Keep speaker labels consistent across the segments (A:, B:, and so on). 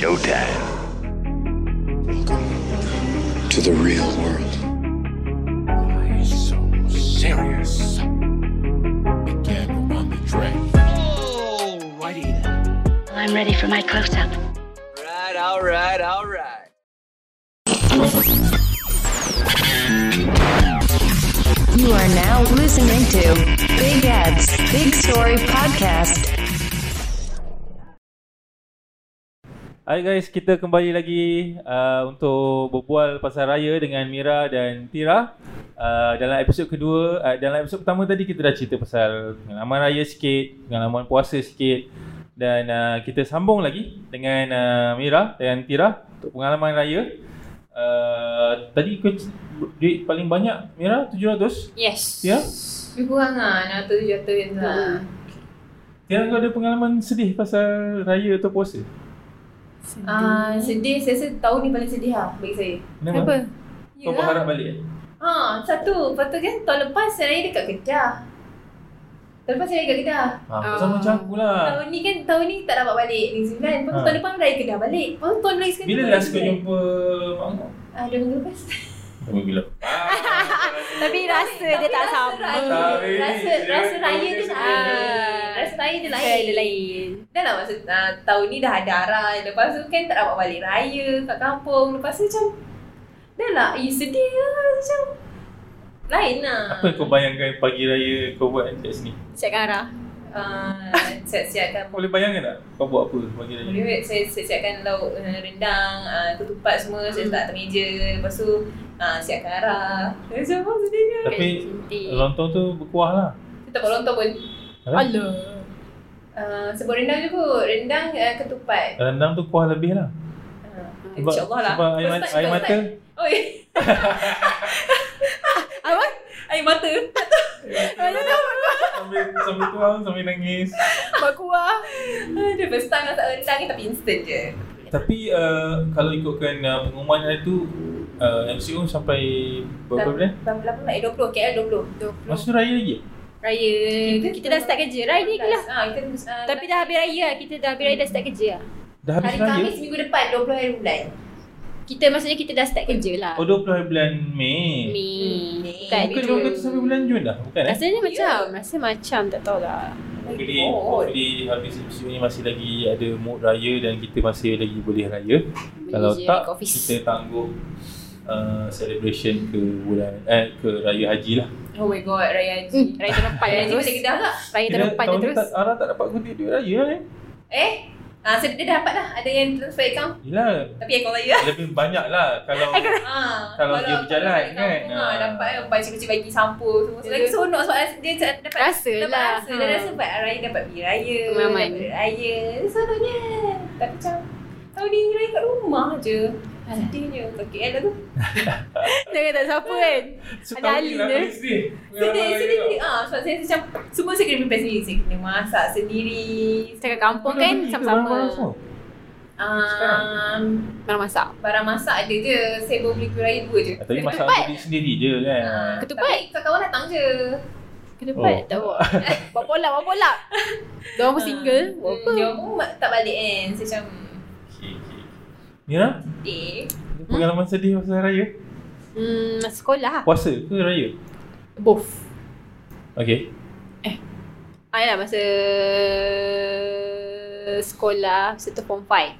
A: showtime.
B: to the real world.
C: Why so serious? Again on the train.
D: Alrighty then.
E: I'm ready for my close up.
D: Right, all right, all right.
F: You are now listening to Big Ed's Big Story Podcast.
G: Hai guys, kita kembali lagi uh, untuk berbual pasal raya dengan Mira dan Tira. Uh, dalam episod kedua, uh, dalam episod pertama tadi kita dah cerita pasal pengalaman raya sikit, pengalaman puasa sikit dan uh, kita sambung lagi dengan uh, Mira dan Tira untuk pengalaman raya. Uh, tadi kau c- duit paling banyak Mira 700.
H: Yes.
G: Tira,
I: Lebih kurang lah, 600 jatuh yang tu lah.
G: Tira kau ada pengalaman sedih pasal raya atau puasa?
I: Ah, sedih, saya rasa tahun ni paling sedih lah bagi saya.
G: Kenapa? Kau
I: Yelah.
G: berharap balik eh?
I: Ha, satu. Lepas tu kan tahun lepas saya raya dekat Kedah. Tahun lepas saya raya dekat Kedah.
G: Ha, sama macam aku lah.
I: Tahun ni kan, tahun ni tak dapat balik Negeri Sembilan. Lepas tu
G: Ha.
I: tahun depan raya Kedah balik. Lepas tu tahun lagi sekarang.
G: Bila
I: tu
G: last kau
I: Negeri Sembilan.
G: jumpa mak kau?
I: Ah, dua minggu lepas.
G: Apa gila?
H: Tapi rasa dia tak sama.
I: Rasa,
G: Tapi-
I: rasa, rasa raya tu nak
H: Ah.
I: Rasa raya dia
H: Saya ada
I: lain.
H: lain.
I: Dah lah masa uh, tahun ni dah ada arah Lepas tu kan tak dapat balik raya kat kampung Lepas tu macam Dah lah, eh sedih lah macam Lain lah
G: Apa yang kau bayangkan pagi raya kau buat kat sini?
H: Cik Kara.
I: Uh, siap-siapkan
G: Kau boleh bayangkan tak kau buat apa pagi raya?
I: boleh saya siap-siapkan lauk uh, rendang, uh, ketupat semua,
G: Hmm.
I: saya letak atas meja Lepas tu uh, siapkan arah Macam apa sedihnya
G: Tapi lontong tu berkuah lah.
I: Kita tak boleh pun
G: Alah.
I: uh, Sebut rendang je kot, rendang uh, ketupat
G: Rendang tu kuah lebih lah.
I: uh,
G: Sebab,
I: InsyaAllah lah
G: sebab air,
I: First
G: mata,
I: time,
G: air
I: first
G: mata,
I: time. Oh, eh.
H: Apa?
I: air mata
H: Mana tahu buat kuah?
G: sambil, sambil tuang, sambil nangis.
H: Buat kuah.
I: Aduh, first time masak rendang ni tapi instant je.
G: Tapi uh, kalau ikutkan uh, pengumuman hari tu, uh, MCO sampai berapa bulan?
I: Berapa bulan? Naik 20, KL 20.
G: Masa tu raya lagi?
H: Raya. Kita, dah start kerja. Raya ni ke lah.
I: Ha, kita uh,
H: Tapi dah habis raya lah. Kita dah habis raya dah start kerja lah.
G: Dah habis
I: hari
G: raya?
I: Khamis minggu depan 20 hari bulan.
H: Kita maksudnya kita dah start kerja lah.
G: Oh, 20 hari bulan Mei.
H: Mei.
I: Mei.
H: Bukan.
G: Bukan kau kata sampai bulan Jun dah? Bukan eh?
H: Rasanya macam, rasa macam tak lah. tahulah.
G: Hopefully,
I: Oh.
G: hopefully habis MCU ni masih lagi ada mood raya dan kita masih lagi boleh raya.
H: Boleh
G: Kalau
H: je
G: tak,
H: kat office.
G: kita tangguh uh, celebration ke bulan eh ke raya haji lah.
I: Oh my god, Raya Haji.
H: Hmm, raya tahun depan
I: Raya
H: lah
I: Haji
H: terus.
I: balik Kedah tak?
H: Raya tahun depan lah
G: tahun ni
H: terus.
G: tak, Ara tak dapat kutip duit raya lah eh.
I: Eh? Ah, so dia dah dapat lah. Ada yang transfer account.
G: Yelah,
I: Tapi account saya.
G: lebih banyak lah kalau
I: Ha,
G: Kalau dia berjalan kan?
I: Ha,
G: Ah.
I: dapat kan lepas kecil bagi sampo semua. So,
H: Betul.
I: lagi seronok sebab dia dah dapat
H: Rasa
I: dapat
H: lah.
I: Rasa. Dia
H: Ha.
I: rasa dapat raya dapat pergi raya.
H: Pengalaman.
I: Dapat raya. Seronoknya. Tapi macam tahun ni raya kat rumah je. Sedihnya kat KL lah tu.
H: Tak kata siapa kan.
G: So,
H: Ada
G: tahun ni
H: alih
G: lah
H: dia.
G: paling sedih.
I: Sedih,
G: Pengalaman
I: sedih,
G: raya lah.
I: sedih. Ah, sebab saya rasa macam semua saya kena prepare sendiri. Saya kena masak sendiri.
H: Cakap kampung
G: kau.
H: kan
G: Kau dah beli ke
H: sama-sama.
G: barang-barang semua?
I: Um,
H: Barang masak.
I: barang masak ada je. Saya baru beli kuih raya dua je.
G: Ah, Tapi
I: Saya
G: masak
H: Ketupat.
G: diri sendiri je kan.
I: Ah,
H: Ketupat?
I: Tapi kawan-kawan datang je.
G: Oh.
H: Kedepan tak buat. Buat pola, buat pola. Diorang pun Oh, single. Buat apa?
I: Hmm, dia pun ma- tak balik kan. Saya macam,
G: Okay, okay. Mira,
I: eh.
G: ada pengalaman sedih pasal raya?
H: Hmm, sekolah lah.
G: Puasa ke raya?
H: Both.
G: Okay.
H: Ah, ya, masa sekolah, masa tu form 5.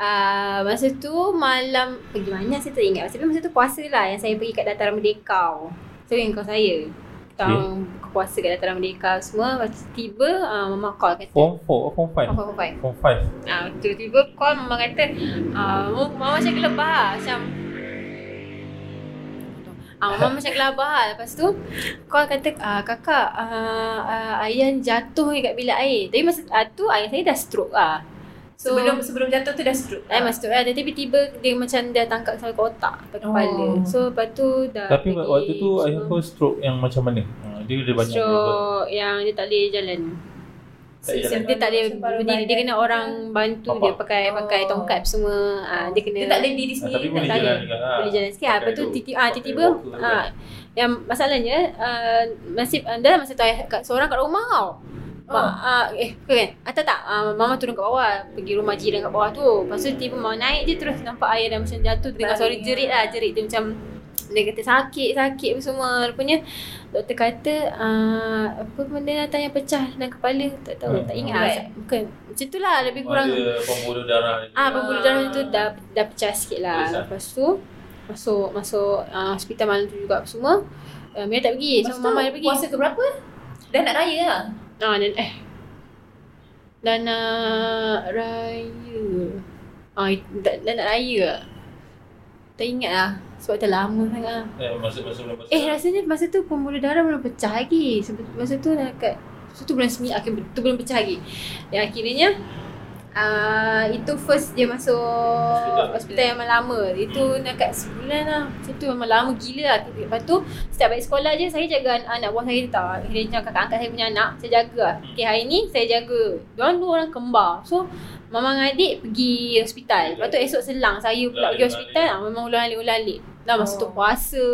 H: Uh, masa tu malam pergi mana saya tak ingat masa, tapi masa tu puasa lah yang saya pergi kat dataran merdeka so yang kau saya tang okay. puasa kat dataran merdeka semua lepas tu tiba uh, mama call kata
G: Form 4 or form 5?
H: form form five.
G: Form 5.
H: Ah, tiba-tiba call mama kata, ah, mama, mama macam gelabah lah. macam Ah, mama macam gelabah lah. Lepas tu call kata, ah, kakak, ah, ah, Ayan jatuh ni kat bilik air. Tapi masa ah, tu Ayan saya dah stroke lah. So,
I: sebelum sebelum jatuh tu dah stroke.
H: Ayan masa tu lah. Tapi tiba-tiba dia macam dah tangkap sampai ke otak, sampai kepala.
I: Oh.
H: So, lepas tu dah
G: Tapi
H: pergi
G: waktu tu
H: semua.
G: ayah kau stroke yang macam mana? Ha, Dia ada banyak level.
H: Stroke yang dia tak boleh jalan.
G: Tak boleh
I: Dia
G: jalan. kan?
H: Dia tak boleh
I: Separuh
H: berdiri. Dia
I: badan.
H: kena orang bantu
G: Bapak.
H: dia pakai
I: Oh.
H: pakai tongkat semua. Ah, dia kena
I: Dia tak boleh diri
G: Ah,
I: sendiri.
G: tapi boleh
H: tak
G: jalan
H: boleh.
G: juga.
H: boleh jalan sikit ah, lepas tu
G: lah. Pakai
H: tiba
G: tu, kan.
H: ah
G: pakai
H: tiba
G: walker
H: ah yang masalahnya ah, nasib anda masa tu ayah kat seorang kat rumah tau Mak, ah, eh, bukan kan? Ah, tak tak, ah, mama turun kat bawah. Pergi rumah jiran kat bawah tu. Lepas tu tiba mama naik je terus nampak ayah dah macam jatuh. Dia dengar suara
I: Baring.
H: jerit lah, jerit. Dia macam dia kata sakit, sakit apa semua. Rupanya doktor kata ah, apa benda datang yang pecah dalam kepala. Tak tahu,
G: Hmm.
H: tak ingat.
I: Right.
H: lah. Bukan, macam tu lah lebih kurang.
G: Ada pembuluh darah ni.
H: Ah, pembuluh darah tu dah dah pecah sikit lah.
G: Terus, ah?
H: Lepas tu masuk masuk uh, hospital malam tu juga apa semua. Uh, Mira tak pergi.
I: Lepas
H: So
I: tu,
H: mama dia pergi.
I: Puasa ke berapa? Dah nak raya lah.
H: Ah, dan eh dah nak raya. Ah, dah, dah nak raya. lah. Tak ingat lah sebab dah lama sangat. lah.
G: Eh, masa masa bulan
H: Eh rasanya masa tu pembuluh darah belum pecah lagi. Sebab- Masa tu dah kat so, tu bulan 9 akhir tu belum pecah lagi. Ya akhirnya uh, itu first dia masuk
G: Hospital.
H: hospital, yang lama. Itu nak kat sebulan lah. Macam tu memang lama gila lah. Lepas tu setiap balik sekolah je saya jaga an- anak buah saya tau. Akhirnya macam kakak angkat saya punya anak, saya jaga lah. Okay hari ni saya jaga. Diorang dua orang kembar. So Mama dengan adik pergi hospital. Lepas tu esok selang saya pula pergi hospital. Ah, memang ulang-alik-ulang-alik. Dah masa tu
I: Oh.
H: puasa.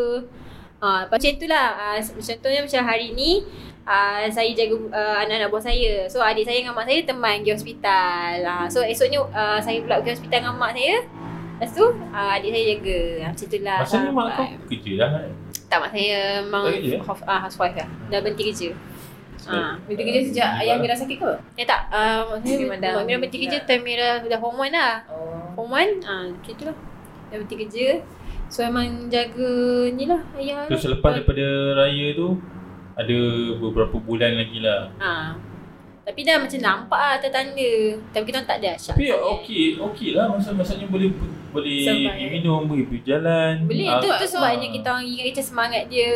H: Ah, macam itulah. Ah, contohnya macam hari ni ah, saya jaga ah, anak-anak buah saya. So adik saya dengan mak saya teman pergi hospital. Ah, so esoknya ah, saya pula pergi hospital dengan mak saya. Lepas tu ah, adik saya jaga. Ah, macam itulah.
G: Masa ni mak kau
H: sampai.
G: kerja dah
H: Ah,
G: kan?
H: Tak mak saya memang
G: Tak kerja?
H: hof- ah, housewife lah. Dah berhenti kerja. Ah.
I: Berhenti kerja sejak
G: Gila
I: ayah
G: lah.
I: Mira sakit ke?
H: Eh tak, ah, mak saya
I: Dia ya.
H: mak
I: mandang.
H: Mira berhenti kerja time Mira dah form 1 lah.
I: Oh.
H: Perempuan ah macam tu lah Dah berhenti kerja So memang jaga ni lah ayah
G: Terus selepas daripada raya tu ada beberapa bulan lagi lah.
H: ha. Tapi dah macam nampak lah tanda-tanda Tapi kita orang tak ada asyik
G: Tapi okey, okey lah masa masanya boleh boleh
H: Survive.
G: pergi minum, boleh pergi jalan.
H: Boleh
G: Ah,
H: tu, tu sebabnya
G: ah.
H: kita orang ingat macam semangat dia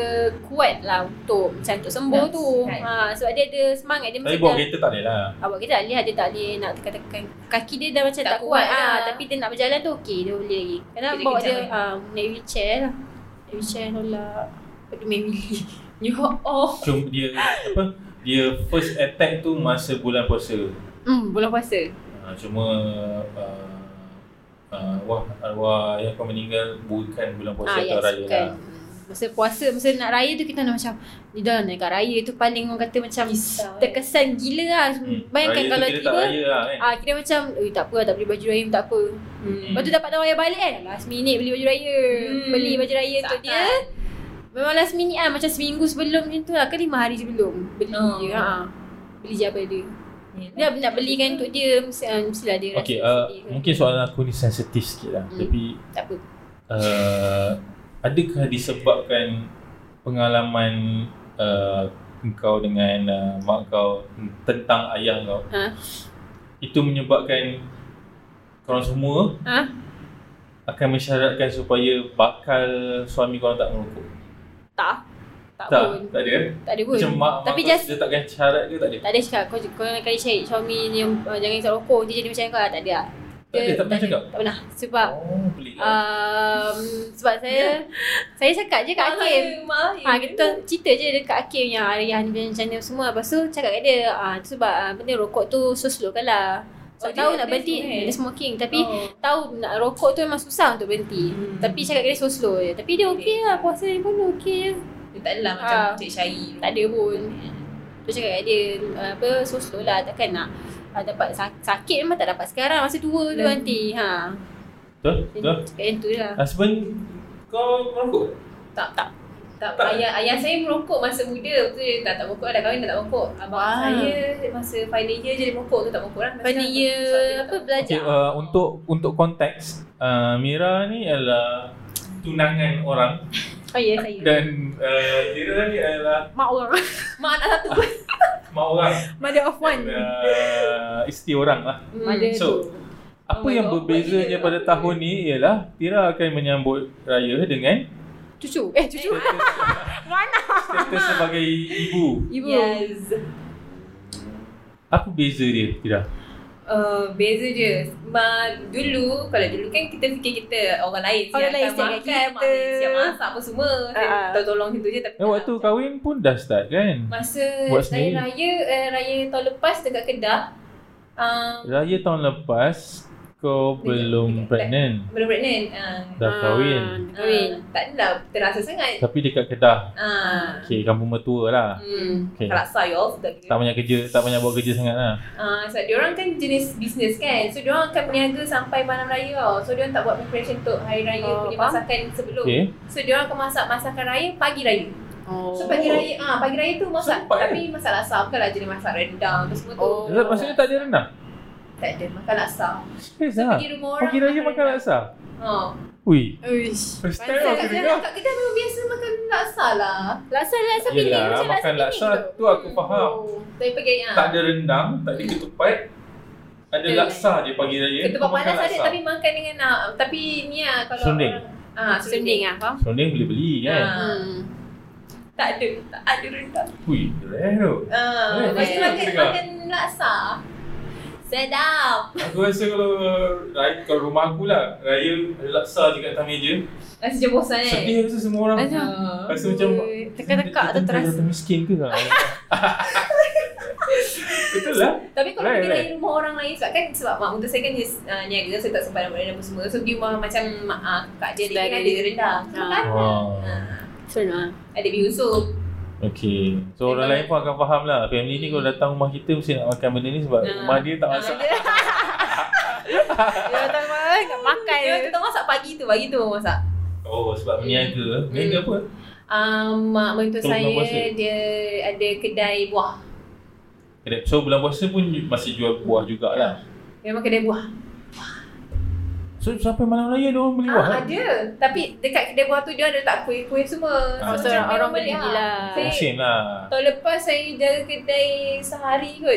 H: kuat lah untuk macam untuk sembuh
I: Yes,
H: tu
I: right.
H: ha, Sebab dia ada semangat dia
G: Tapi
H: macam
G: bawa
H: dah
G: kereta tak boleh lah.
H: Awak kita tak boleh lah, dia tak boleh nak katakan Kaki dia dah macam
I: Tak
H: tak, kuat,
I: kuat
H: ah,
I: lah.
H: Tapi dia nak berjalan tu okey, dia boleh lagi Kadang
I: Boleh
H: bawa
I: kejap
H: dia
I: lagi.
H: ah, naik wheelchair lah Naik wheelchair nolak Pada main oh. wheelie
I: Ya Allah.
G: Cuma dia apa? Dia first attack tu masa bulan puasa.
H: Hmm, bulan puasa
G: Ah, cuma uh, uh, wah arwah yang kau meninggal bukan bulan puasa
H: Ah,
G: atau
H: yes, kan.
G: raya
H: bukan.
G: lah.
H: Masa puasa, masa nak raya tu kita nak macam Ni dah nak kat raya tu paling orang kata macam
I: Risau, eh.
H: Terkesan gila lah
G: Hmm.
H: Bayangkan
G: raya
H: kalau
G: tu kita
H: tiba
G: tak raya lah kan.
H: Ah, kita macam, eh tak apa lah, tak beli baju raya pun tak apa
I: Hmm.
H: Lepas tu dapat tahu ayah balik kan Last minute beli baju raya
I: Hmm.
H: Beli baju raya untuk
I: Saat.
H: dia Memang last minute lah, macam seminggu sebelum macam tu lah Ke lima hari sebelum Beli
I: Oh.
H: je, ha. Beli je apa dia Dia nak belikan untuk dia, mesti, ah, mestilah dia
G: Okey,
H: rasa
G: uh,
H: sedih ke.
G: mungkin soalan aku ni sensitif sikit lah.
H: Hmm.
G: Tapi
H: Tak apa
G: uh, adakah disebabkan pengalaman uh, kau dengan uh, mak kau tentang ayah kau
H: Ha?
G: itu menyebabkan korang semua
H: Ha?
G: akan mensyaratkan supaya bakal suami korang tak merokok?
H: Tak Tak,
G: tak,
H: pun
G: tak ada? eh?
H: Tak ada pun
G: Macam mak,
H: Tapi
G: mak
H: just
G: kau letakkan syarat ke tak ada?
H: Tak ada cakap kau, kau nak kali cari suami ni yang uh, jangan isap rokok dia jadi macam kau tak ada lah.
G: Tak ada, tak pernah cakap?
H: Tak pernah sebab
G: Oh, pelik lah.
H: um, sebab saya saya cakap je kat Hakim. Ha, kita cerita je dekat Hakim yang Arya ni macam mana semua Lepas tu cakap kat dia ah, tu sebab ah, benda rokok tu so slow kan lah
I: Oh,
H: Sebab
I: dia-
H: tahu
I: dia
H: nak berhenti
I: smoking.
H: dia smoking Tapi
I: Oh.
H: tahu nak rokok tu memang susah untuk berhenti
I: Hmm.
H: Tapi cakap kat dia so slow je Tapi dia okey lah puasa dia pun okey je
I: Dia tak adalah macam
H: Ah.
I: Cik Syahir.
H: Tak ada pun Tu cakap kat dia uh, apa so slow lah takkan nak uh, dapat sak- sakit memang tak dapat sekarang masa tua tu
I: Hmm.
H: nanti ha.
G: Betul? Betul?
H: Cakap yang tu je lah.
G: Husband kau merokok?
I: Tak, tak. Tak,
G: Tak.
I: ayah, ayah saya merokok masa muda Lepas tu dia dah tak merokok dah kahwin dah tak merokok Abang
H: Wah.
I: saya masa final year je dia merokok tu tak merokok lah Masa
H: Pada
I: dah-
H: dia
I: sebab dia
H: apa
I: tak-
H: belajar.
G: Okay, uh, untuk untuk konteks, uh, Mira ni adalah tunangan orang
H: Oh ya saya.
G: dan uh, Mira ni adalah
H: Mak orang.
I: Mak anak satu
G: mak orang
H: Mother of one.
G: uh, isteri orang lah.
I: Hmm.
H: Mother
G: So,
H: tu.
G: Apa
I: Oh my
G: yang
I: God,
G: berbeza
I: buat dia.
G: dia pada tahun ni ialah Tira akan menyambut raya dengan
H: Cucu. Eh cucu.
G: status, status sebagai ibu.
H: Ibu.
I: Yes
G: Apa beza dia Tira?
I: uh, Beza je
H: Hmm.
I: Ma, Dulu Kalau dulu kan kita fikir kita orang lain
H: Orang lain
I: siapkan
H: siapkan
I: makan
H: kita.
I: Mak saya siap masak apa semua Saya
H: Ah, ah.
I: tolong-tolong gitu je tapi
G: Eh, waktu
I: macam-
G: kahwin pun dah start kan?
I: Masa
G: Buat
I: saya
G: sendiri. Lah.
I: raya eh, Raya tahun lepas dekat Kedah um,
G: Raya tahun lepas kau belum
I: Dekat-
G: pregnant
I: Belum pregnant uh,
G: Dah
H: Ah,
G: kahwin
H: kahwin.
I: Tak adalah terasa sangat
G: Tapi dekat Kedah
I: uh,
G: Okay kampung mertua lah
I: Hmm, okay.
G: Okay.
I: Kalaksa you all sudah
G: Tak banyak kerja Tak banyak buat kerja sangat lah
I: Ah, sebab diorang kan jenis bisnes kan. So diorang akan berniaga sampai malam raya tau. So diorang tak buat preparation untuk hari raya
H: Oh,
I: oh, punya
H: faham.
I: masakan sebelum. Okay.
G: Okay
I: So diorang akan masak masakan raya pagi raya.
H: Oh.
I: So pagi raya ah pagi raya tu masak
G: Sempat, eh?
I: tapi masak laksa bukanlah jenis masak rendang tu semua tu.
H: Oh.
G: Zat, Maksudnya tak ada renang
I: Tak ada makan laksa.
G: Serius
I: So,
G: lah
I: pergi rumah orang.
G: Pagi raya makan
I: rendang.
G: laksa
I: Ha.
G: Ui
H: Uish.
G: First time
I: Kat
G: aku
I: kedai,
G: dengar
I: kat kedai memang biasa makan laksa lah.
H: Laksa laksa pilih
G: Yelah
H: macam
G: makan
H: laksa
G: laksa
H: pening
G: tu aku faham
I: Oh, tapi pagi raya.
G: Tak ada rendang Tak ada ketupat Ada
I: Betul.
G: laksa dia pagi raya
I: Ketupat
G: Kau makan
I: panas ada
G: laksa.
I: tapi makan dengan ah, tapi ni ah kalau
G: Serunding.
I: orang- Ah,
H: tu. Sending ah faham?
G: Serunding boleh beli kan
I: Ah. Tak ada, tak ada rendang.
G: Ui Rare tu
I: Ah,
G: Eh,
I: lepas tu
G: first time
I: makan,
G: aku dengar.
I: makan laksa. Sedap.
G: Aku rasa kalau raya, kalau rumah aku lah Raya ada laksa je kat atas meja
I: Rasa macam bosan eh. Ah.
G: Sedih rasa semua orang
H: Macam
G: Rasa macam
H: tekak-tekak tu
G: Dia- dia- dia
H: terasa.
G: Rasa miskin ke kan Betul lah
I: Tapi kalau
G: Right,
I: right, pergi
G: right.
I: right. rumah orang lain sebab kan sebab mak muda saya kan dia uh, niaga saya tak sempat nak buat rendang apa semua. So pergi rumah macam uh, kakak dia dia kan
H: Saudara.
I: ada rendang. So,
H: Ah.
I: kan?
G: Wah.
I: Ah.
H: Seronok ah.
I: Ada bihun sup.
G: Okay So orang lain pun akan faham lah Family ni kalau datang rumah kita Mesti nak makan benda ni Sebab
I: Ah.
G: rumah dia tak masak
H: Dia tak makan, tak makan.
I: Dia orang tak masak pagi tu, pagi tu baru masak.
G: Oh sebab berniaga Berniaga apa?
I: Um, mak mentua
G: Kalau
I: saya
G: bulan puasa?
I: dia ada kedai buah.
G: Kedai- So bulan puasa pun Masih jual buah jugalah
I: Memang kedai buah.
G: So sampai malam raya Dia orang beli buah
I: Ah,
G: kan?
I: ada. Tapi dekat kedai buah tu dia ada tak kuih-kuih semua.
G: Ah.
I: So,
H: So,
I: macam
H: orang boleh
I: memang ah.
H: gila.
I: Saya-
G: Musim lah
I: Tahun lepas saya jaga kedai sehari kot.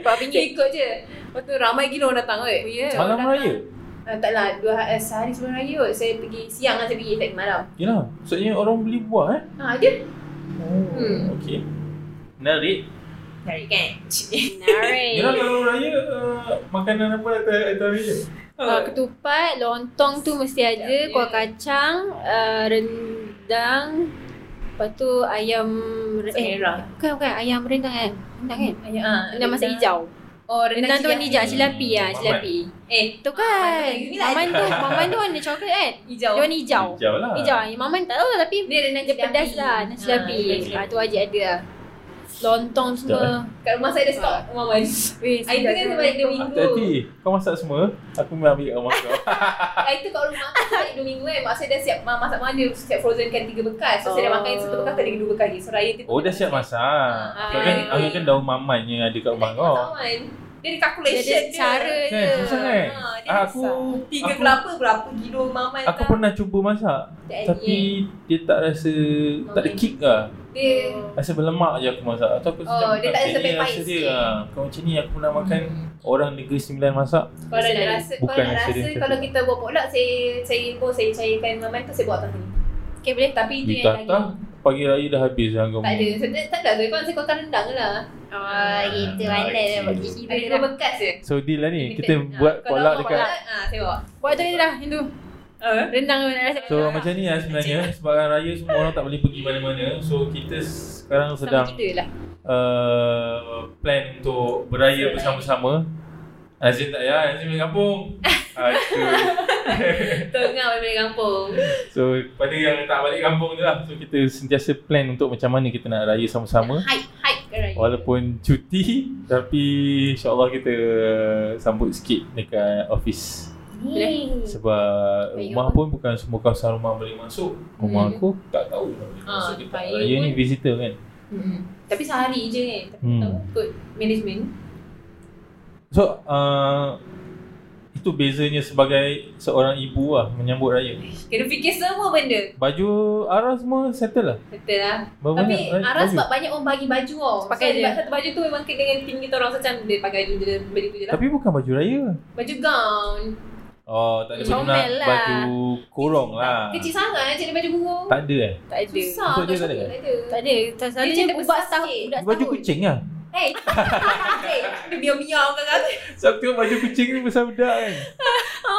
H: Dapat
I: Saya
H: pinggir.
I: ikut je. Lepas tu ramai gila orang datang kot.
H: Ya.
G: Malam raya
I: Ah, tak lah, dua, eh, sehari sebelum raya kot. Saya pergi siang lah saya pergi, tak pergi malam.
G: Yelah Ya Maksudnya orang beli buah eh
I: Ha,
H: Hmm.
I: ada.
G: Oh,
I: Hmm.
G: Okay Menarik
I: Dari kan?
H: Menarik.
G: Yelah Ya lah, kalau raya uh, Makanan apa atas, atas meja
I: Ah,
H: Uh, ketupat, lontong tu mesti ada, kuah kacang, uh, rendang, lepas tu ayam eh,
I: Masak merah.
H: bukan bukan ayam rendang kan. Rendang kan?
I: Ayah, ah,
H: Rendang masa hijau.
I: Oh,
H: Rendang tu warna
I: hijau.
H: hijau, cilapi ah,
G: Mamat.
H: cilapi.
I: Eh,
H: Tu kan.
I: Mamat.
H: Maman tu, maman tu warna coklat kan?
I: lah? hijau.
H: Dia warna hijau.
G: Hijau lah
H: Hijau. ah. Maman tak tahu lah tapi
I: Dia rendang
H: dia pedas lah, nasi lapi. Ah tu wajib ada lah. Lontong
G: eh.
H: semua.
I: Kat rumah saya ada
G: Ah.
I: stok maman.
H: Weh,
I: Hari tu kan
H: sedap
I: sebab
H: Ah. tu.
I: dua minggu.
G: Hati-hati Kau masak semua Aku memang ambil kat rumah kau
I: Hari tu kat rumah aku saya dua minggu kan. Mak saya dah siap ma- masak mana siap frozen kan tiga bekas. So saya dah makan satu bekas tak ada dua bekas lagi. So raya tu.
G: Oh dah siap masak
I: Ah,
G: Kau kan
H: ah.
G: Angin kan daun maman yang ada kat rumah kau
I: Masakan. Dia ada
H: Dia
I: calculation
H: ada cara
G: Kan
H: dia.
G: oh. susah kan
I: Ha, dia
G: Ah, Aku
I: Tiga Eh,
G: aku,
I: berapa berapa kilo lah. maman
G: aku
I: tak-
G: pernah cuba masak
I: tak ada ni.
G: Tapi dia tak rasa Tak
I: Oh,
G: ada kick lah
I: dia
G: Rasa berlemak je aku masak Atau aku
I: Oh, dia tak rasa Hmm.
G: macam ni
I: pepais
G: rasa dia
I: sikit.
G: ah. Kau macam ni aku pernah makan Orang negeri sembilan masak
I: kalau nak rasa kalau
G: Bukan
I: nak
G: rasa dia
I: rasa
G: macam
I: kalau
G: tu.
I: kita buat potluck saya saya pun saya cairkan maman tu saya buat atas ni. Okey boleh tapi itu yang lagi.
G: Ditata Pagi raya dah habis lah kau
I: Tak ada. Saya tak- tak ada. Saya kan saya kau rendang je lah.
H: Oh,
G: Ah,
H: gitu mana dia buat gigi
I: Ada dua bekas je.
G: So deal lah ni
I: Limited.
G: Kita
I: Ah,
G: buat
I: kalau
G: kolak
I: buat
G: dekat
I: potluck, Ah, saya buat.
H: Buat tu je lah, Hindu. Rendang nak rasa.
G: So macam ni lah sebenarnya Sebab kan raya semua orang tak boleh pergi mana-mana So kita sekarang
H: Sama
G: sedang
H: kita lah.
G: uh, plan untuk beraya bersama-sama Azim tak payah, Azim di kampung Ah, Aduh.
I: Tengah balik kampung.
G: So pada yang tak balik kampung tu lah So kita sentiasa plan untuk macam mana kita nak raya sama-sama
I: Hike, hike ke raya.
G: Walaupun cuti Tapi insyaAllah kita sambut sikit dekat office
I: Boleh.
G: Sebab
H: Baik
G: rumah
H: apa?
G: pun bukan semua kawasan rumah boleh masuk Rumah
I: Hmm.
G: aku tak tahu nak boleh
I: Ah,
G: masuk ke tak
I: saya
G: Raya ni
I: pun-
G: visitor kan
I: Hmm. Tapi sehari je kan. Tapi
G: Hmm.
I: tak tahu ikut management.
G: So uh, itu bezanya sebagai seorang ibu lah menyambut raya.
I: Kena fikir semua benda.
G: Baju Ara semua settle lah.
I: Betul lah.
G: Berapa
I: Tapi
G: banyak ra-
I: Aras
G: baju?
I: sebab banyak orang bagi baju tau.
H: Pakai
I: so,
H: je.
I: sebab satu baju tu memang kena dengan team kita orang So, macam dia pakai baju dia baju tu je lah.
G: Tapi bukan baju raya.
I: Baju gown.
G: Oh, tak ada baju
H: Comel
G: nak
H: lah.
G: baju kurung lah.
I: Kecil sangat cik ada baju burung.
G: Tak ada eh.
H: Tak ada.
I: Susah.
G: Untuk dia
I: tak
G: tak ada?
I: Tak ada.
H: Tak ada. Tak selalu dia
I: Dia macam
H: budak
I: besar
H: setahun.
I: sikit.
H: Budak
G: Baju
H: setahun.
G: kucing lah.
I: Hey, hey, Eh, dia miau-miau kan
H: Ah.
I: kan.
G: Sebab tu baju kucing ni besar bedak kan.
I: Ha.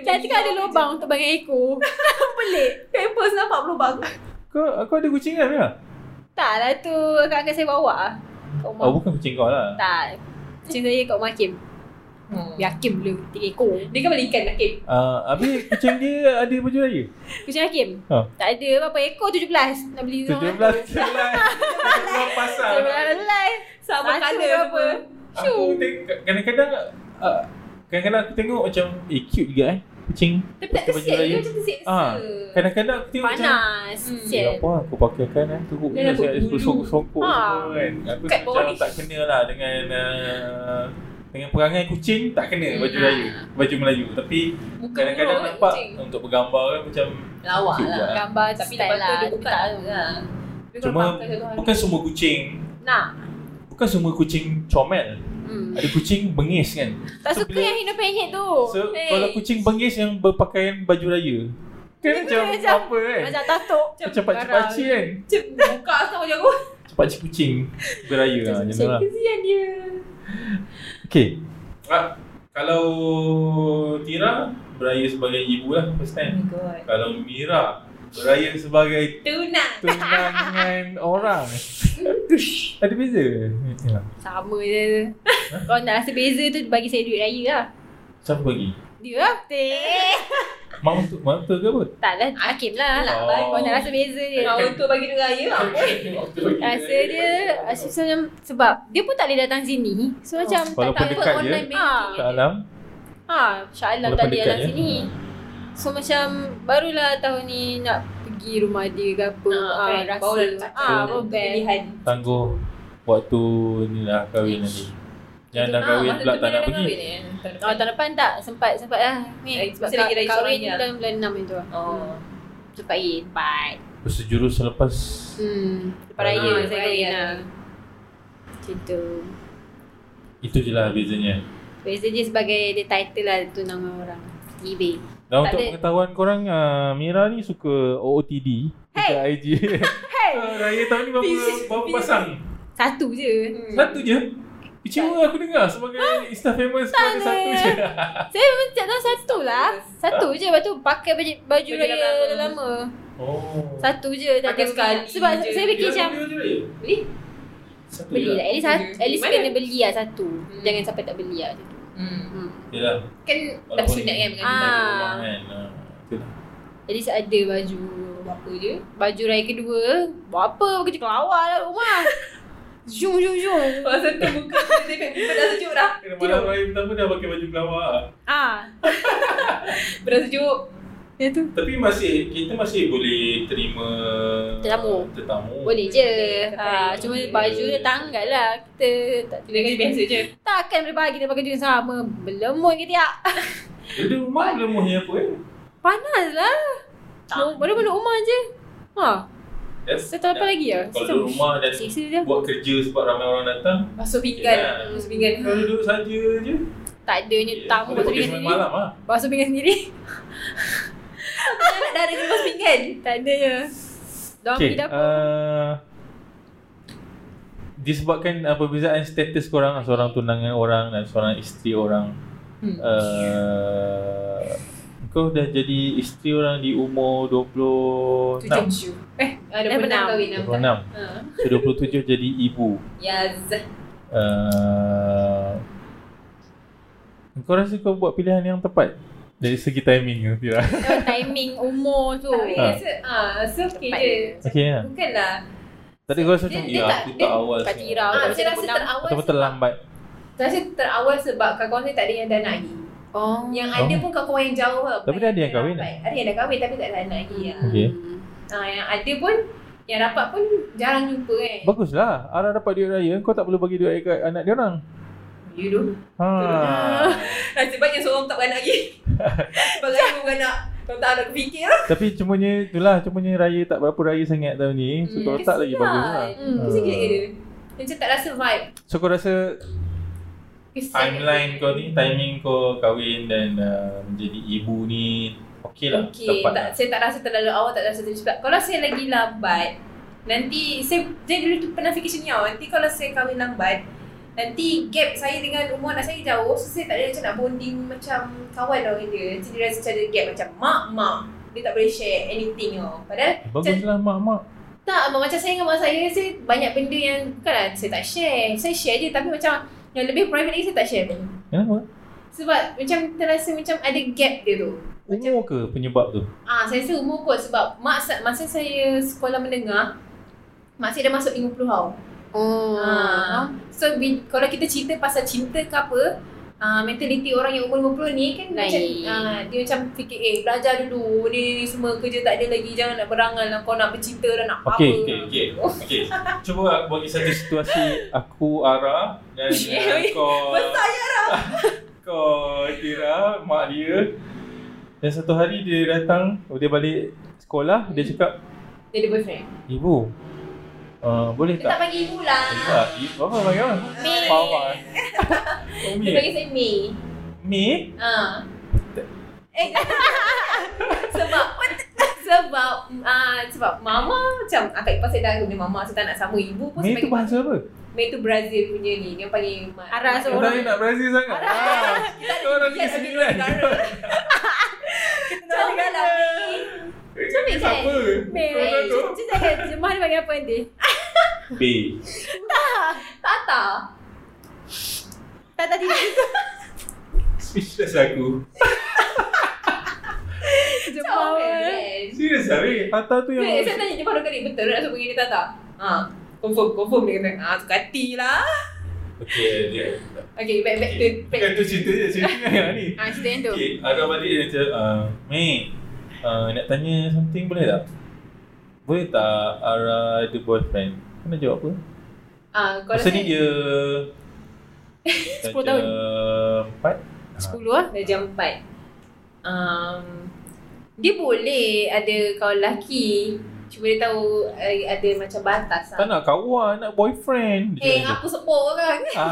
H: Saya cakap ada lubang untuk bagian ekor. Pelik.
I: Pampers nampak lubang.
G: Kau, aku ada kucing kan Mira?
H: Tak lah tu kakak saya bawa. Kau
G: Oh,
H: rumah.
G: bukan kucing kau lah.
H: Tak. Kucing saya kat rumah Hakim.
I: Hmm.
H: Biar Hakim bela tiga ekor.
I: Dia kan balik ikan Hakim.
G: Uh, habis kucing dia ada baju raya?
H: Kucing Hakim.
G: Ha.
H: Tak ada berapa ekor 17. Nak beli
G: 17 Jelas Belum pasal
H: 17.
I: Sama
H: Satu
I: colour
H: berapa?
I: apa.
G: Aku tengok Kadang-kadang uh, Kadang-kadang aku tengok macam Eh cute juga eh Kucing
I: Tapi tak
G: pakai
I: tersiksa. Dia macam tersiksa.
G: Ah, Kadang-kadang aku tengok macam "Eh,
H: Panas.
I: Hmm.
H: Sial.
G: Apa aku pakai kan eh Teruk
I: Dia
G: ni
I: nak
G: Saya
I: buat bulu.
G: sokok-sokok
H: Ah.
G: semua kan Aku
I: Kat
G: macam
I: bawah.
G: tak kena lah dengan uh, Dengan perangai kucing Tak kena baju
I: Hmm.
G: raya Baju Melayu Tapi
I: Muka
G: kadang-kadang
I: buruk
G: nampak
I: kucing.
G: Untuk bergambar kan macam
I: Lawak
G: Cute
I: lah.
G: juga.
H: Gambar
I: Tapi
H: style
I: lepas tu
H: lah.
I: dia buka lah. Tapi kalau
G: Cuma
I: pakai satu hari-
G: Bukan semua kucing
H: Nak.
G: Bukan semua kucing comel
H: Hmm.
G: Ada kucing bengis kan
H: Tak
G: So,
H: suka
G: bila-
H: yang hina penyek tu.
G: So
H: Hey.
G: kalau kucing bengis yang berpakaian baju raya Kan macam
H: macam-
G: apa kan
H: Macam tatuk.
G: Macam pakcik-pakcik kan
I: Macam buka asal macam aku.
G: Macam Pakcik kucing beraya lah macam tu lah
I: Kesian dia.
G: Okay ah, Kalau Tira beraya sebagai ibu lah first
I: Oh
H: Hmm.
I: my
G: time
I: god.
G: Kalau Mira beraya sebagai
I: Tunang.
G: tunangan orang Ada beza? Ya.
H: Sama je. Kalau nak rasa beza tu bagi saya duit raya lah.
G: Siapa bagi?
H: Dia lah. Teh.
G: Mak mentua, mak mentua ke apa?
H: Tak lah. Hakim lah.
I: Nak
G: Oh.
I: bagi
H: Kalau nak rasa beza
G: Kan,
H: dia.
I: Kalau untuk bagi duit raya lah. apa?
H: Rasa dia rasa macam sebab dia pun tak boleh datang sini. So
I: Oh.
H: macam tak
G: Ah. Walaupun
H: tahu
G: dekat je.
H: online banking.
I: Ah.
G: Tak alam
H: Ha, insyaAllah
G: Walaupun
H: tak dia
G: dekat
H: dalam
G: je.
H: sini. So macam barulah tahun ni nak pergi rumah dia ke apa.
I: Ah,
H: Ha,
I: kan.
H: rasa.
I: Baru dah letak
H: ha,
I: tangan
H: baru
I: untuk
H: best.
I: pilihan.
G: Tangguh Waktu ni dah kahwin nanti Yang dah
I: Ah,
G: kahwin
I: masa tu
G: pula tak
I: dia
G: nak
I: dah
G: pergi
I: kahwin, eh? Tahun
H: Oh,
I: depan.
H: tahun depan tak sempat sempat lah. Ni,
I: Eh,
H: sebab ka-
I: mesti lagi dah
H: kahwin
I: seorang je.
H: dalam bulan 6 itu. lah.
I: Oh.
H: Cepat ye, cepat.
G: Bersejurus selepas
H: Hmm, lepas
G: Raya.
H: raya saya
I: Raya.
H: kahwin lah. Macam tu.
G: Itu je lah bezanya
H: Biasa je sebagai dia title lah tu nama orang. Ebay.
G: Dan
H: Tak
G: untuk
H: ada.
G: pengetahuan korang uh, Mira ni suka OOTD Dekat IG
H: Hey!
G: Ah, Raya tahun ni berapa, berapa pasang?
H: Satu je.
I: Hmm.
G: Satu je? Kecewa aku dengar sebagai Insta famous kau
H: Tak
G: ada satu
H: boleh.
G: je
H: Saya macam dah satu lah. Satu je. Lepas tu pakai baju, baju
I: Baju
H: raya
I: dah lama.
H: dah lama.
G: Oh
H: Satu je. Tak
I: Pakai
H: ada-
I: sekali
H: Sebab
I: je.
H: saya fikir
G: Mira
H: macam
G: beli baju raya?
I: Beli.
G: ya? Satu
H: beli
G: je
H: lah.
G: lah
H: At least, at
I: Beli.
H: least
I: Mana?
H: kena beli lah satu.
I: Hmm.
H: Jangan sampai tak beli lah.
I: Hmm.
H: Hmm.
G: Yelah
I: Kan dah
G: Walaupun-
I: sunat kan dengan
H: Ah.
I: ah.
G: rumah kan ah, tu lah.
H: At least ada baju.
I: Apa je?
H: Baju raya kedua. Buat apa? Kerja kelawar lah rumah. Jung, jung, jung.
I: Masa tu buka dia tengok dah sejuk dah.
G: Kena malam raya pertama dah pakai baju kelawar
H: Ah,
I: Dah sejuk.
H: dia tu.
G: Tapi masih kita masih boleh terima
H: Tetamu.
G: Tetamu.
H: Boleh je.
I: Boleh,
H: Ha,
I: pakai.
H: cuma baju dia tanggal lah. Kita tak
I: Dia kan biasa je.
H: Takkan boleh bagi dia pakai baju yang sama. Berlemon ke tidak?
G: Dia rumah lemuhnya apa eh?
H: Panas lah.
I: Tak.
H: Baru balik rumah je. Ha,
G: Yes.
H: setahun apa lagi lah?
G: Kalau duduk rumah dan
H: Seksa dia.
G: buat Ya. kerja sebab ramai orang datang,
I: Basuh
G: Yelah.
I: pinggan. Basuh pinggan.
G: kalau duduk saja je.
H: Tak adanya tamu
G: Ya, Boleh
H: basuh
G: pakai
H: pinggan
G: semalam
H: sendiri.
G: malam ah.
H: Basuh pinggan sendiri.
I: Anak darah dia basuh pinggan.
H: tak ada je. Diorang pergi dapur.
G: Uh, disebabkan uh, perbezaan status korang lah, seorang tunangan orang dan seorang isteri orang.
I: Hmm.
G: Uh, kau dah jadi isteri orang di umur 26.
I: Tujuh. Tujuh. Eh, ada
H: Dah
I: pernah
H: berenam.
I: kahwin enam tahun.
G: 26.
I: Ha.
G: So 27 jadi ibu.
I: Yes.
G: Uh, kau rasa kau buat pilihan yang tepat dari segi timing ke Tira?
H: Tengok timing umur tu.
I: Tak,
G: Ha.
I: rasa ah, so okey
H: Cepat
I: je.
H: je.
G: Okey lah.
I: Bukanlah.
G: Tadi kau rasa
I: Dia-
G: macam,
I: dia
G: ya
I: tak-
G: aku
I: dia-
G: tak awal.
H: kat
G: sangat."
H: Tira
I: Ah,
H: tak
I: saya
H: macam
I: rasa
H: enam.
I: terawal
G: Ataupun
I: sebab-
G: terlambat.
I: Saya rasa terawal sebab kawan saya tak ada yang dah nak lagi.
H: Oh.
I: Yang ada pun kawan yang jauh lah.
G: Tapi dia ada yang kahwin Hmm.
I: rapat. Ada yang dah kahwin tapi tak ada anak lagi. Ya.
G: Okey.
I: Ha, yang ada pun, yang rapat pun jarang jumpa kan.
G: Baguslah. Ara dapat duit raya, kau tak perlu bagi duit raya kat anak dia orang.
I: You do.
G: Ha.
I: Nasib baik Ah, yang seorang tak beranak lagi. Bagai ibu beranak. Kau tak ada fikir lah.
G: Tapi cumanya itulah, cumanya raya tak berapa raya sangat tahun ni. So
I: Hmm,
G: kalau tak lagi
I: kesian.
G: bagus lah.
H: Hmm.
I: Kesian gila dia. Dia Macam tak rasa vibe.
G: So kau rasa
I: Kesian
G: timeline kau ni, timing kau kahwin dan uh, menjadi ibu ni okey lah.
I: Okey,
G: tepat
I: tak,
G: lah.
I: saya tak rasa terlalu awal, tak rasa terlalu cepat. Kalau saya lagi lambat, nanti saya, saya dulu tu pernah fikir macam ni tau. Nanti kalau saya kahwin lambat, nanti gap saya dengan umur anak saya jauh, so saya tak ada macam nak bonding macam kawan tau dengan dia. Nanti dia rasa macam ada gap macam mak-mak. Dia tak boleh share anything tau. Padahal
G: Baguslah mak-mak.
I: tak, abang macam saya dengan mak saya, saya banyak benda yang bukanlah saya tak share. Saya share je tapi macam yang lebih private lagi saya tak share pun.
G: Kenapa?
I: Sebab macam terasa macam ada gap dia tu
G: Umur ke penyebab tu?
I: Ah, saya rasa umur kot sebab mak sa- masa saya sekolah menengah Mak saya dah masuk 50 tau
H: Oh.
I: Ah. So bi- kalau kita cerita pasal cinta ke apa Uh, mentaliti orang yang umur 20 ni kan macam
H: Lain.
I: uh, dia macam fikir eh belajar dulu ni, ni semua kerja tak ada lagi jangan nak berangan lah kau nak bercinta dah nak apa
G: Okey, okey, okey. Okey. Cuba bagi satu situasi aku Ara dan uh, kau
I: Besar
G: ya Ara. kau Tira, mak dia. Dan satu hari dia datang, oh, dia balik sekolah, dia cakap,
I: dia ada boyfriend
G: "Ibu, uh, boleh
I: dia tak
G: tak?"
I: panggil ibu lah
G: Tak. Ibu apa panggil apa? Oh,
I: Mei.
G: Mama.
I: dia panggil saya Mei
G: Mi?
I: Ah. Eh. sebab sebab ah sebab mama macam akak ipar saya dah guna mama saya tak nak sama ibu pun
G: Mi tu bahasa apa?
I: Mei tu Brazil punya ni dia panggil mak.
H: Arah
G: Kau
H: seorang.
G: tak nak Brazil sangat. Ah, kita orang di
I: Kita
G: sini
I: ada
G: kan.
I: negara. Jauh lah Mei. kan?
G: Cantik siapa?
H: Mei.
G: Kau orang tu?
H: Cik saya jemaah dia panggil apa nanti?
G: B.
I: Tata.
H: Tata tidur.
G: Speechless aku.
I: Jauh
H: Jemaah.
I: kan?
G: Serius lah weh Tata tu yang
I: Wait, saya tanya dia pada kali betul nak sebut dia Tata. Ha. Confirm, confirm dia kata. Ah, suka hati lah.
G: Okay dia
I: Okay, back back to back.
G: Bukan tu cerita je Cerita yang ni
H: Ah, cerita yang tu.
G: Okay Ada balik dia macam uh, Mei uh, Nak tanya something boleh tak? Boleh tak Ara ada boyfriend? Kau nak jawab apa?
I: Ah, kalau
G: Masa ni
I: saya
G: dia
H: 10 tahun.
G: Empat
H: Sepuluh lah.
I: eh, dah jam 4. Um, dia boleh ada kawan lelaki. Cuma dia tahu uh, ada macam batas
G: Tak
I: lah.
G: nak kawan Nak boyfriend Dia
I: Eh,
G: cakap
I: aku sepuk orang.
G: Ah,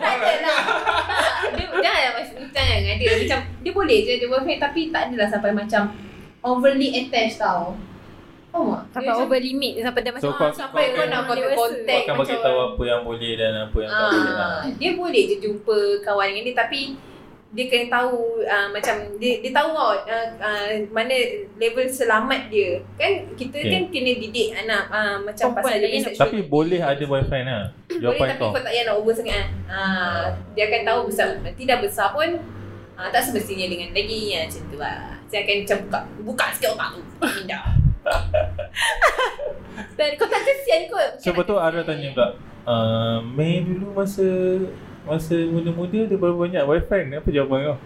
I: Tak ada lah. Tak, Dia lah jangan macam jangan dengan kan. dia. Macam dia boleh je dia boyfriend tapi tak adalah sampai macam overly attached tau. Oh, mak. Dia
H: Sampai
I: macam-
H: over limit sampai dah macam
I: Ah,
G: So, kau-
I: sampai
G: kau
I: kau
G: akan-
I: nak kau
H: kau akan
I: kontak
G: Kau akan bagi tahu apa yang boleh dan apa yang tak boleh lah.
I: Ah, dia boleh je jumpa kawan dengan dia tapi dia kena tahu uh, macam dia dia tahu tau uh, uh, mana level selamat dia. Kan kita
G: Okay.
I: kan kena didik anak uh, macam
H: Perempuan
I: pasal dia
H: lain lah.
I: punya
G: Tapi
I: sexuality.
G: boleh ada boyfriend lah Jawapan
I: boleh,
G: kau
I: tapi kau tak payah nak over sangat ah. ah. Dia akan tahu besar Nanti dah besar pun ah, Tak semestinya dengan lagi ah, Macam tu lah Saya akan macam buka Buka sikit otak tu Pindah Dan kau tak kesian kot Bukan
G: Sebab
I: nak
G: tu Ara
I: kesian.
G: tanya pula uh, May dulu masa Masa muda-muda dia berapa banyak boyfriend Apa jawapan kau?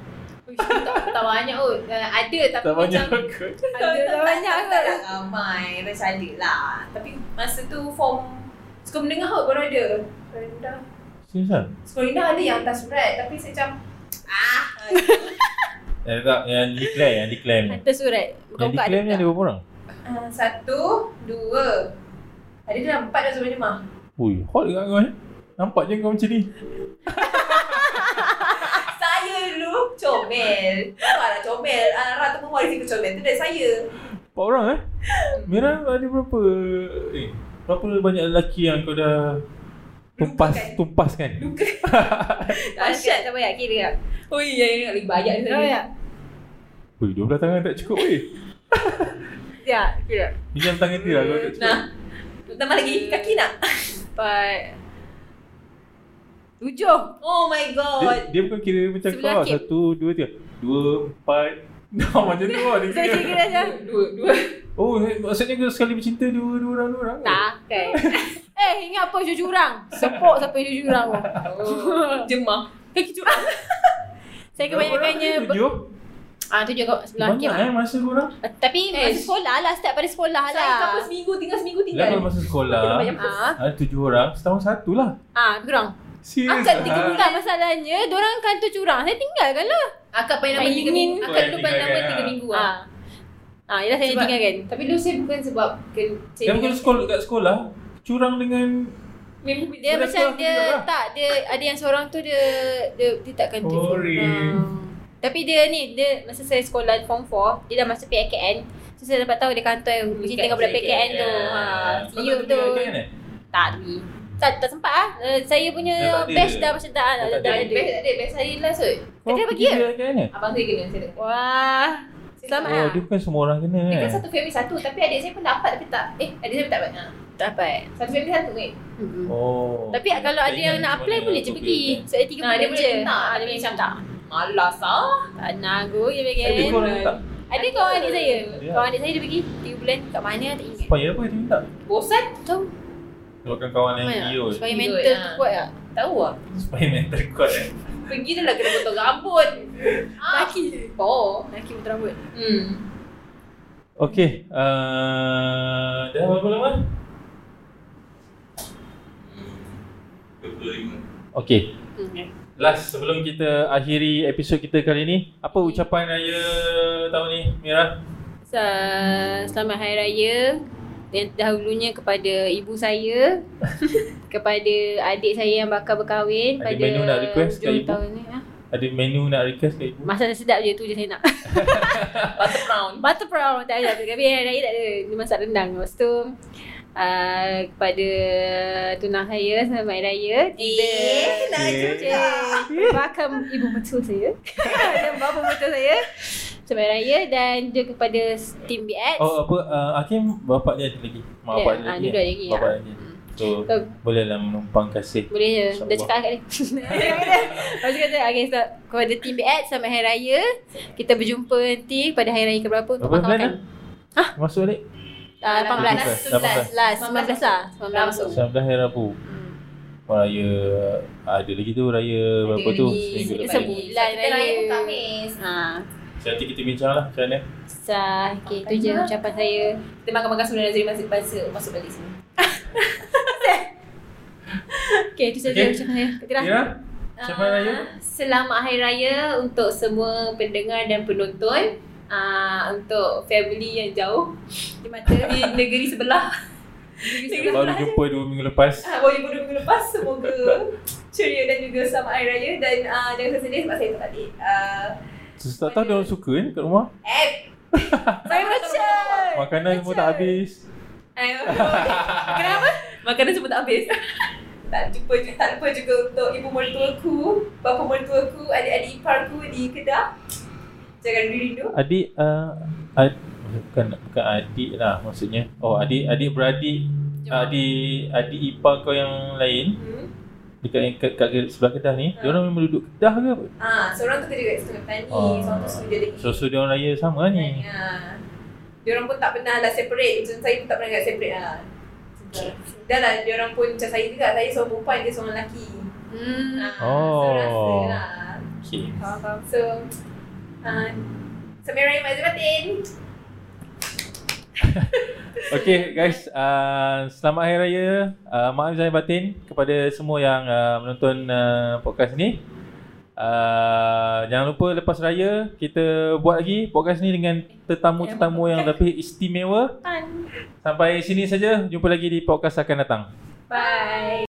I: Uish, tak, tak banyak kot uh, Ada tapi
G: Tak banyak
I: macam
G: kot
I: Ada
H: tak banyak
I: Tak lah.
H: kot.
I: tak ramai Rasa ada lah Tapi masa tu form Sekolah menengah kot baru ada Sekolah rendah
G: Serius kan?
I: Sekolah rendah ada yang hantar surat Tapi saya macam Ah
G: Eh tak, yang declare Yang declare ni
H: Hantar surat.
G: Yang
H: Buka-buka
G: declare ni ada
H: ada tak?
G: berapa orang?
I: Ah, satu, dua. Ada dalam empat dah sebelum jemaah.
G: Ui, hot dekat kau eh Nampak je kau macam ni
I: Saya dulu comel. Taklah comel. Ara tu pun waris ikut comel. Tu dari saya.
G: Empat orang eh Mira ada berapa Eh Berapa banyak lelaki yang kau dah Tumpas
I: Lupakan.
G: Tumpaskan
I: Luka.
H: Dahsyat tak payah kira tak?
I: Oi, ya, ya, lagi banyak ni.
H: Tak payah.
G: Ui, 12 tangan tak cukup weh
H: Ya, kira.
G: Pinjam tangan dia lah kalau tak cukup
I: Nah. Tambah lagi kaki nak.
H: Empat. Tujuh.
I: Oh my
G: dia,
I: god.
G: dia bukan kira macam kau
H: Sebelah
G: lah
H: kip.
G: Satu, dua, tiga Dua, empat Nah, macam tu lah dia
H: Saya
G: kira.
H: kira je.
I: Dua, dua.
G: Oh, maksudnya kau sekali bercinta dua, dua orang, dua orang ke?
H: Tak kan. eh, ingat apa jujur orang? Sepok sampai jujur orang. tu.
I: Oh, jemaah. Kaki curang.
H: Saya
G: Berapa
H: kebanyakannya
G: orang? Tujuh?
H: ah tujuh kot sebelah
G: Banyak eh masa dua orang
H: Eh, Tapi
I: Eh,
H: masa sekolah lah, start pada sekolah lah.
I: Saya kampus seminggu, tinggal seminggu
G: Lah kalau
I: tinggal.
G: masa sekolah
I: Makin banyak
H: Ah,
G: Ada tujuh orang, setahun satu lah
H: ah, kurang.
G: Serius
H: Akak tiga
G: lah.
H: bulan masalahnya, dorang kan tu curang. Saya tinggalkan lah.
I: Akak paling lama
H: Main
I: tiga
H: ingin.
I: minggu. Akak dulu paling lama
G: Tinggalkan,
I: tiga
G: ah.
I: minggu ah.
H: Ah. Ah, yelah saya
I: Sebab-
H: tinggalkan.
I: Tapi dulu saya bukan sebab ke, saya
G: Dia bukan sekolah, kat sekolah Curang dengan
I: Memang
H: Dia
G: Budak
H: macam
G: tu aku
H: dia
G: juga lah.
H: tak dia ada yang seorang tu dia dia, dia takkan tu.
G: Boring.
H: Tapi dia ni dia masa saya sekolah form 4, dia dah masuk PKN. So saya dapat tahu dia kantor yang bercinta dengan budak PKN tu. Ha,
G: Eh, Kau
H: seliup
G: tak
H: tu.
G: pergi KKN eh?
H: Tak pergi. Tak tak sempat ah. Eh, Saya
G: Dah
H: punya
G: tak ada.
H: batch dah macam tak ah,
G: Dah
H: dah
G: tak
H: tak
I: Tak
H: ada.
I: ada, tak ada. Best hari last kot.
H: dia
G: Kau pergi
H: pergi ke?
G: KKN eh?
I: Abang saya kena, saya tak kena.
H: Wah. Selamat
G: Oh,
H: ah.
G: dia bukan semua orang kena
I: Dia
G: eh
I: kan satu family satu tapi adik saya pun dapat tapi tak eh adik saya pun tak dapat. Ha.
H: Tak dapat.
I: Satu family satu weh.
H: Mm-mm.
G: Oh
H: Tapi kalau ada yang nak apply boleh je pergi. So ada tiga
I: Ha,
H: bulan
I: dia boleh
H: je.
I: minta.
H: Ah, dia boleh
I: Macam
H: minta.
I: Malas ah.
H: Tak nak aku je pergi
G: Ada Eh, kau orang minta.
H: Ada kawan adik saya
G: Ya.
H: Kawan adik saya dia pergi 3 bulan kat mana tak ingat
G: Supaya apa dia minta?
I: Bosan?
H: Tahu
G: Keluarkan kawan yang
H: mana?
G: gila.
H: Supaya
I: Gila,
H: mental
I: ya.
H: tu kuat tak
I: Tahu ah.
G: Supaya mental kuat eh.
I: Pergi dah lah kena potong rambut. Ah.
H: Laki je
I: Oh.
H: Laki potong rambut
I: Hmm.
G: Okay. Uh, dah berapa lama? Okay.
H: hmm.
G: Last sebelum kita akhiri episod kita kali ni, apa ucapan raya tahun ni, Mira?
H: Sa- Selamat Hari Raya dan dahulunya kepada ibu saya kepada adik saya yang bakal berkahwin
G: Ada
H: pada
G: menu nak request kat
H: hujung
G: ibu?
H: tahun ni ha?
G: Ada menu nak request ke ibu?
H: masak sedap je tu je saya nak
I: Butter brown.
H: butter prawn tak ada tapi hari raya tak ada dia masak rendang lepas tu uh, kepada tunang saya selamat hari raya
I: Eh, nak
G: Okay.
H: Cik, Bakal ibu mertua saya Dan Eh, bapa mertua saya Selamat Hari Raya Dan juga kepada Team BX
G: Oh apa, uh, Hakim bapak dia ada lagi. Mak
H: Ya,
G: bapak dia
H: ah,
G: lagi.
H: duduk
G: eh?
H: lagi,
G: Bapak
H: ah.
G: lagi. So,
H: So,
G: bolehlah menumpang kasih.
H: Boleh je.
G: InsyaAllah.
H: Dah cakap kat dia. Lepas tu kata, okay, so, kepada tim BX sama Hari Raya. Kita berjumpa nanti pada Hari Raya keberapa untuk
G: Berapa bulan
H: makan-makan.
G: dah? Masuk balik?
H: Ah, 18.
G: 18.
I: 18.
H: Last, 19 lah. 19 masuk.
G: 19 hari Rabu.
I: Hmm.
G: Raya, ah, ada lagi tu raya berapa tu?
I: lagi
G: Seminggu
H: Sebulan
G: lepas.
H: lagi.
I: Kita raya pun Khamis.
H: Ha,
G: So, nanti kita bincang lah macam mana.
H: sah. Okay, tu je ucapan saya.
I: Kita makan-makan sebelum Nazri masuk masuk, masuk balik sini.
H: Okay, tu saja
G: Okay.
H: ucapan saya. Ketirah.
G: Mira, Ya. ucapan
I: Ah,
G: raya?
I: Selamat Hari Raya untuk semua pendengar dan penonton. Uh, untuk family yang jauh di mata di negeri sebelah. negeri
G: Baru jumpa 2 minggu lepas.
I: Ah, Boleh bodoh minggu lepas semoga ceria dan juga selamat hari raya dan uh, jangan sedih sebab saya tak balik. Uh,
G: Setiap tahun dia orang suka kan kat rumah.
I: eh saya macam
G: Makanan semua tak habis.
H: 哎
I: Kenapa? Makanan semua tak habis. tak jumpa juga, tak lupa juga untuk ibu mertuaku, bapa mertuaku, adik-adik iparku di Kedah. Jangan rindu.
G: Adik uh, ad, bukan bukan adik lah maksudnya. Oh adik adik beradik adik adik ipar kau yang lain
I: Hmm.
G: dekat kat, kat, sebelah Kedah ni, dia orang memang duduk Kedah ke apa?
I: Ah, seorang tu kerja kat Sungai Petani,
G: Ah.
I: seorang tu studio lagi.
G: So so dia orang raya sama lah ni.
I: Ha. Dia orang pun tak pernah lah separate. Macam saya pun tak pernah kat separate lah. Dah lah, dia orang pun macam saya juga. Saya seorang perempuan, dia seorang lelaki.
H: Hmm.
I: Ah,
G: Oh.
I: So rasa lah.
G: Okay.
H: Faham-faham.
I: So, uh, Sampai Raya Mak Zabatin.
G: Okay guys, uh, selamat Hari Raya. Uh, maaf saya batin kepada semua yang uh, menonton uh, podcast ni. Uh, jangan lupa lepas raya kita buat lagi podcast ni dengan tetamu-tetamu yang lebih istimewa. Sampai sini saja. Jumpa lagi di podcast akan datang.
I: Bye.